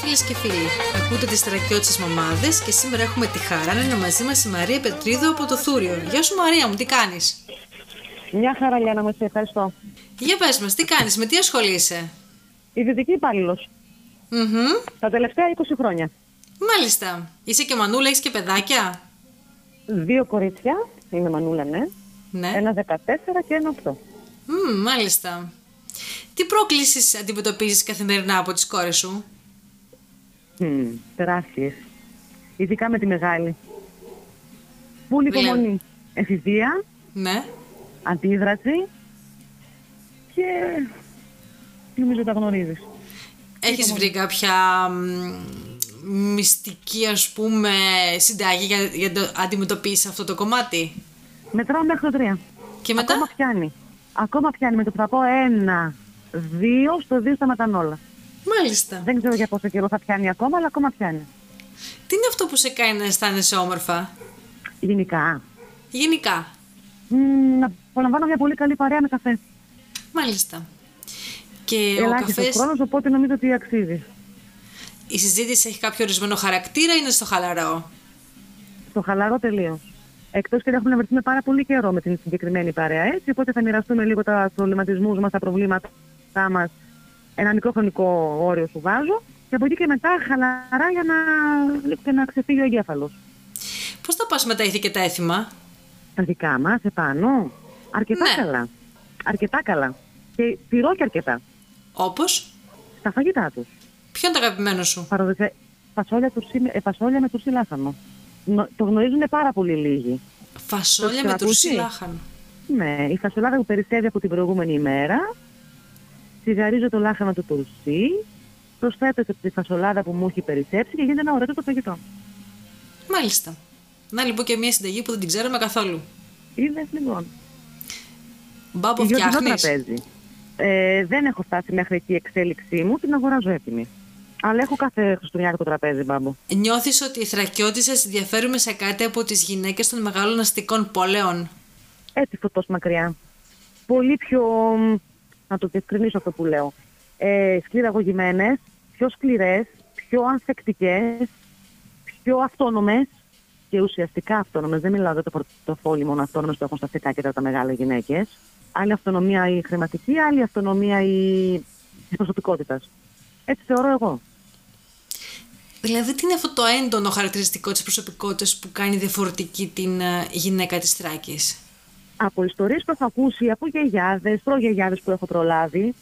Φίλες και φίλοι, ακούτε τις τρακιώτσες μαμάδες και σήμερα έχουμε τη χαρά να είναι μαζί μας η Μαρία Πετρίδου από το Θούριο. Γεια σου Μαρία μου, τι κάνεις? Μια χαρά, Λιάννα, με σε ευχαριστώ. Για πες μας, τι κάνεις, με τι ασχολείσαι? Ιδιωτική υπάλληλος. Μμμ. Τα τελευταία 20 χρόνια. Μάλιστα. Είσαι και μανούλα, έχεις και παιδάκια. Δύο κορίτσια, είναι μανούλα, ναι. Ναι. Ένα 14 και ένα 8. Μμμ, μάλιστα. Τι πρόκλησεις αντιμετωπίζεις καθημερινά από τις κόρες σου? Mm, Τεράστιες. Ειδικά με τη μεγάλη. Πουλ Δουλεύει. υπομονή. Εφηβεία, Ναι. αντίδραση και νομίζω τα γνωρίζεις. Έχεις βρει κάποια μ, μυστική ας πούμε συντάγη για, για να το αντιμετωπίσεις αυτό το κομμάτι Μετράω μέχρι το τρία. και μετά Ακόμα πιάνει. Ακόμα πιάνει με το που θα πω ένα, δύο, στο δύο σταματάνε όλα. μάλιστα Δεν ξέρω για πόσο καιρό θα πιάνει ακόμα, αλλά ακόμα πιάνει. τι είναι αυτό που σε κάνει να αισθάνεσαι όμορφα Γενικά, γενικά μ, να απολαμβάνω μια πολύ καλή παρέα με καφέ. μάλιστα και Ε, ο Ελάχιστος καφές χρόνος, οπότε νομίζω ότι αξίζει. η συζήτηση έχει κάποιο ορισμένο χαρακτήρα ή είναι στο χαλαρό Στο χαλαρό τελείως. Εκτός και δεν έχουμε βρεθεί με πάρα πολύ καιρό με την συγκεκριμένη παρέα, έτσι. Οπότε θα μοιραστούμε λίγο τα προβληματισμούς μας, τα προβλήματά μας. Ένα μικρό χρονικό όριο σου βάζω. Και από εκεί και μετά χαλαρά για να, και να ξεφύγει ο εγκέφαλος. πώς θα πας με τα ήθη και τα έθιμα Τα δικά μας, επάνω. Αρκετά Ναι. καλά. Αρκετά καλά. Και πυρό και αρκετά. όπως Στα φαγητά τους. ποιο είναι το αγαπημένο σου Παραδοσιακά. Φασόλια, τουρσί, ε, φασόλια με τουρσί λάχανο. Νο- Το γνωρίζουν πάρα πολύ λίγοι. φασόλια Το με τουρσί ξακούσει? λάχανο Ναι, η φασολάδα που περισσεύει από την προηγούμενη ημέρα. Τσιγαρίζω το λάχανο του τουρσί. Προσθέτω και τη φασολάδα που μου έχει περισσέψει και γίνεται ένα ωραίο το φαγητό. μάλιστα να λοιπόν και μια συνταγή που δεν την ξέρουμε καθόλου Είδε λοιπόν. Μπάμπο Ιδιωτικό φτιάχνεις. τραπέζι. Ε, δεν έχω φτάσει μέχρι εκεί η εξέλιξή μου, την αγοράζω έτοιμη. Αλλά έχω κάθε χριστουγεννιάτικο τραπέζι, μπάμπο. Νιώθεις ότι οι θρακιώτισσες διαφέρουμε σε κάτι από τις γυναίκες των μεγάλων αστικών πόλεων. έτσι φωτός μακριά. Πολύ πιο, μ, να το διευκρινίσω αυτό που λέω, ε, σκληραγωγημένες, πιο σκληρές, πιο ανθεκτικές, πιο αυτόνομες και ουσιαστικά αυτόνομες. Δεν μιλάω για το πορτοφόλι μόνο αυτόνομες που έχουν στα θετά και τα, τα μεγάλα γυναίκες. Άλλη αυτονομία η χρηματική, άλλη αυτονομία η της προσωπικότητας. Έτσι θεωρώ εγώ. Δηλαδή τι είναι αυτό το έντονο χαρακτηριστικό της προσωπικότητας που κάνει διαφορετική την ε, γυναίκα της Θράκης. από ιστορίες που έχω ακούσει, από γιαγιάδες, προγιαγιάδες που έχω προλάβει,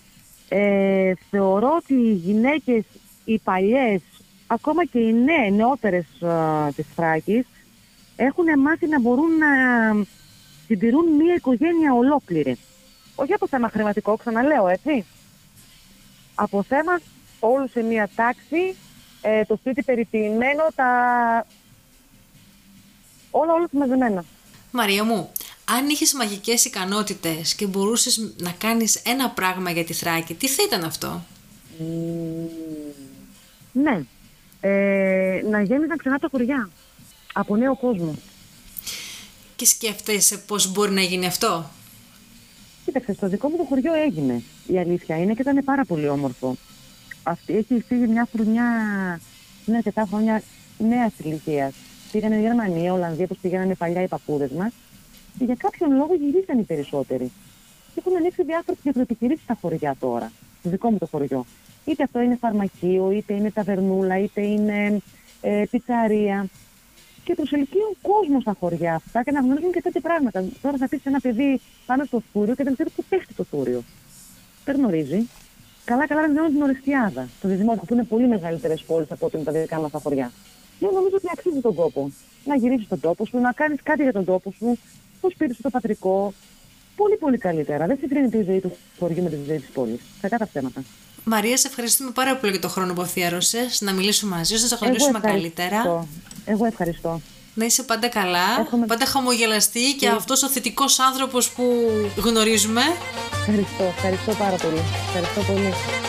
ε, θεωρώ ότι οι γυναίκες, οι παλιές, ακόμα και οι νέες, νεότερες ε, της Θράκης, έχουν μάθει να μπορούν να συντηρούν μια οικογένεια ολόκληρη. Όχι από θέμα χρηματικό, ξαναλέω, έτσι. Από θέμα όλους σε μια τάξη, ε, το σπίτι περιποιημένο, τα... όλα όλα συμμαζεμένα. Μαρία μου, αν είχες μαγικές ικανότητες και μπορούσες να κάνεις ένα πράγμα για τη Θράκη, τι θα ήταν αυτό. Ναι. Ε, να γέμιζαν ξανά τα χωριά. Από νέο κόσμο. Και σκέφτεσαι πώς μπορεί να γίνει αυτό. Κοίταξε, στο δικό μου το χωριό έγινε. Η αλήθεια είναι και ήταν πάρα πολύ όμορφο. Αυτή έχει φύγει μια φρουνιά, είναι αρκετά χρόνια νέας ηλικίας. Πήγανε η Γερμανία, Ολλανδία, όπω πήγανε παλιά οι παππούδες μας. Και για κάποιον λόγο γυρίσαν οι περισσότεροι. Και έχουν ανοίξει διάφορες μικροεπιχειρήσεις στα χωριά τώρα. Στο δικό μου το χωριό. Είτε αυτό είναι φαρμακείο, είτε είναι ταβερνούλα, είτε είναι ε, πιτσαρία. και προσελκύουν κόσμο στα χωριά αυτά και να γνωρίζουν και τέτοια πράγματα. Τώρα θα πεις ένα παιδί πάνω στο θούριο και δεν ξέρεις που πέφτει το θούριο. Δεν γνωρίζει. Καλά, καλά δεν γνωρίζουν την Ορεστιάδα, το Δημότυχο, που είναι πολύ μεγαλύτερες πόλεις από ό,τι είναι τα δικά μας τα χωριά. Εγώ νομίζω ότι αξίζει τον κόπο. Να γυρίσεις τον τόπο σου, να κάνεις κάτι για τον τόπο σου, το σπίτι σου, το πατρικό. Πολύ, πολύ καλύτερα. Δεν συγκρίνεται η ζωή του χωριού με τη ζωή της πόλης. Κατά τα ψέματα. Μαρία, σε ευχαριστούμε πάρα πολύ για το χρόνο που αφιέρωσες, να μιλήσουμε μαζί σου, να σε γνωρίσουμε καλύτερα. Εγώ ευχαριστώ. Να είσαι πάντα καλά, Εύχομαι- πάντα χαμογελαστή και αυτός ο θετικός άνθρωπος που γνωρίζουμε. Ευχαριστώ, ευχαριστώ πάρα πολύ. Ευχαριστώ πολύ.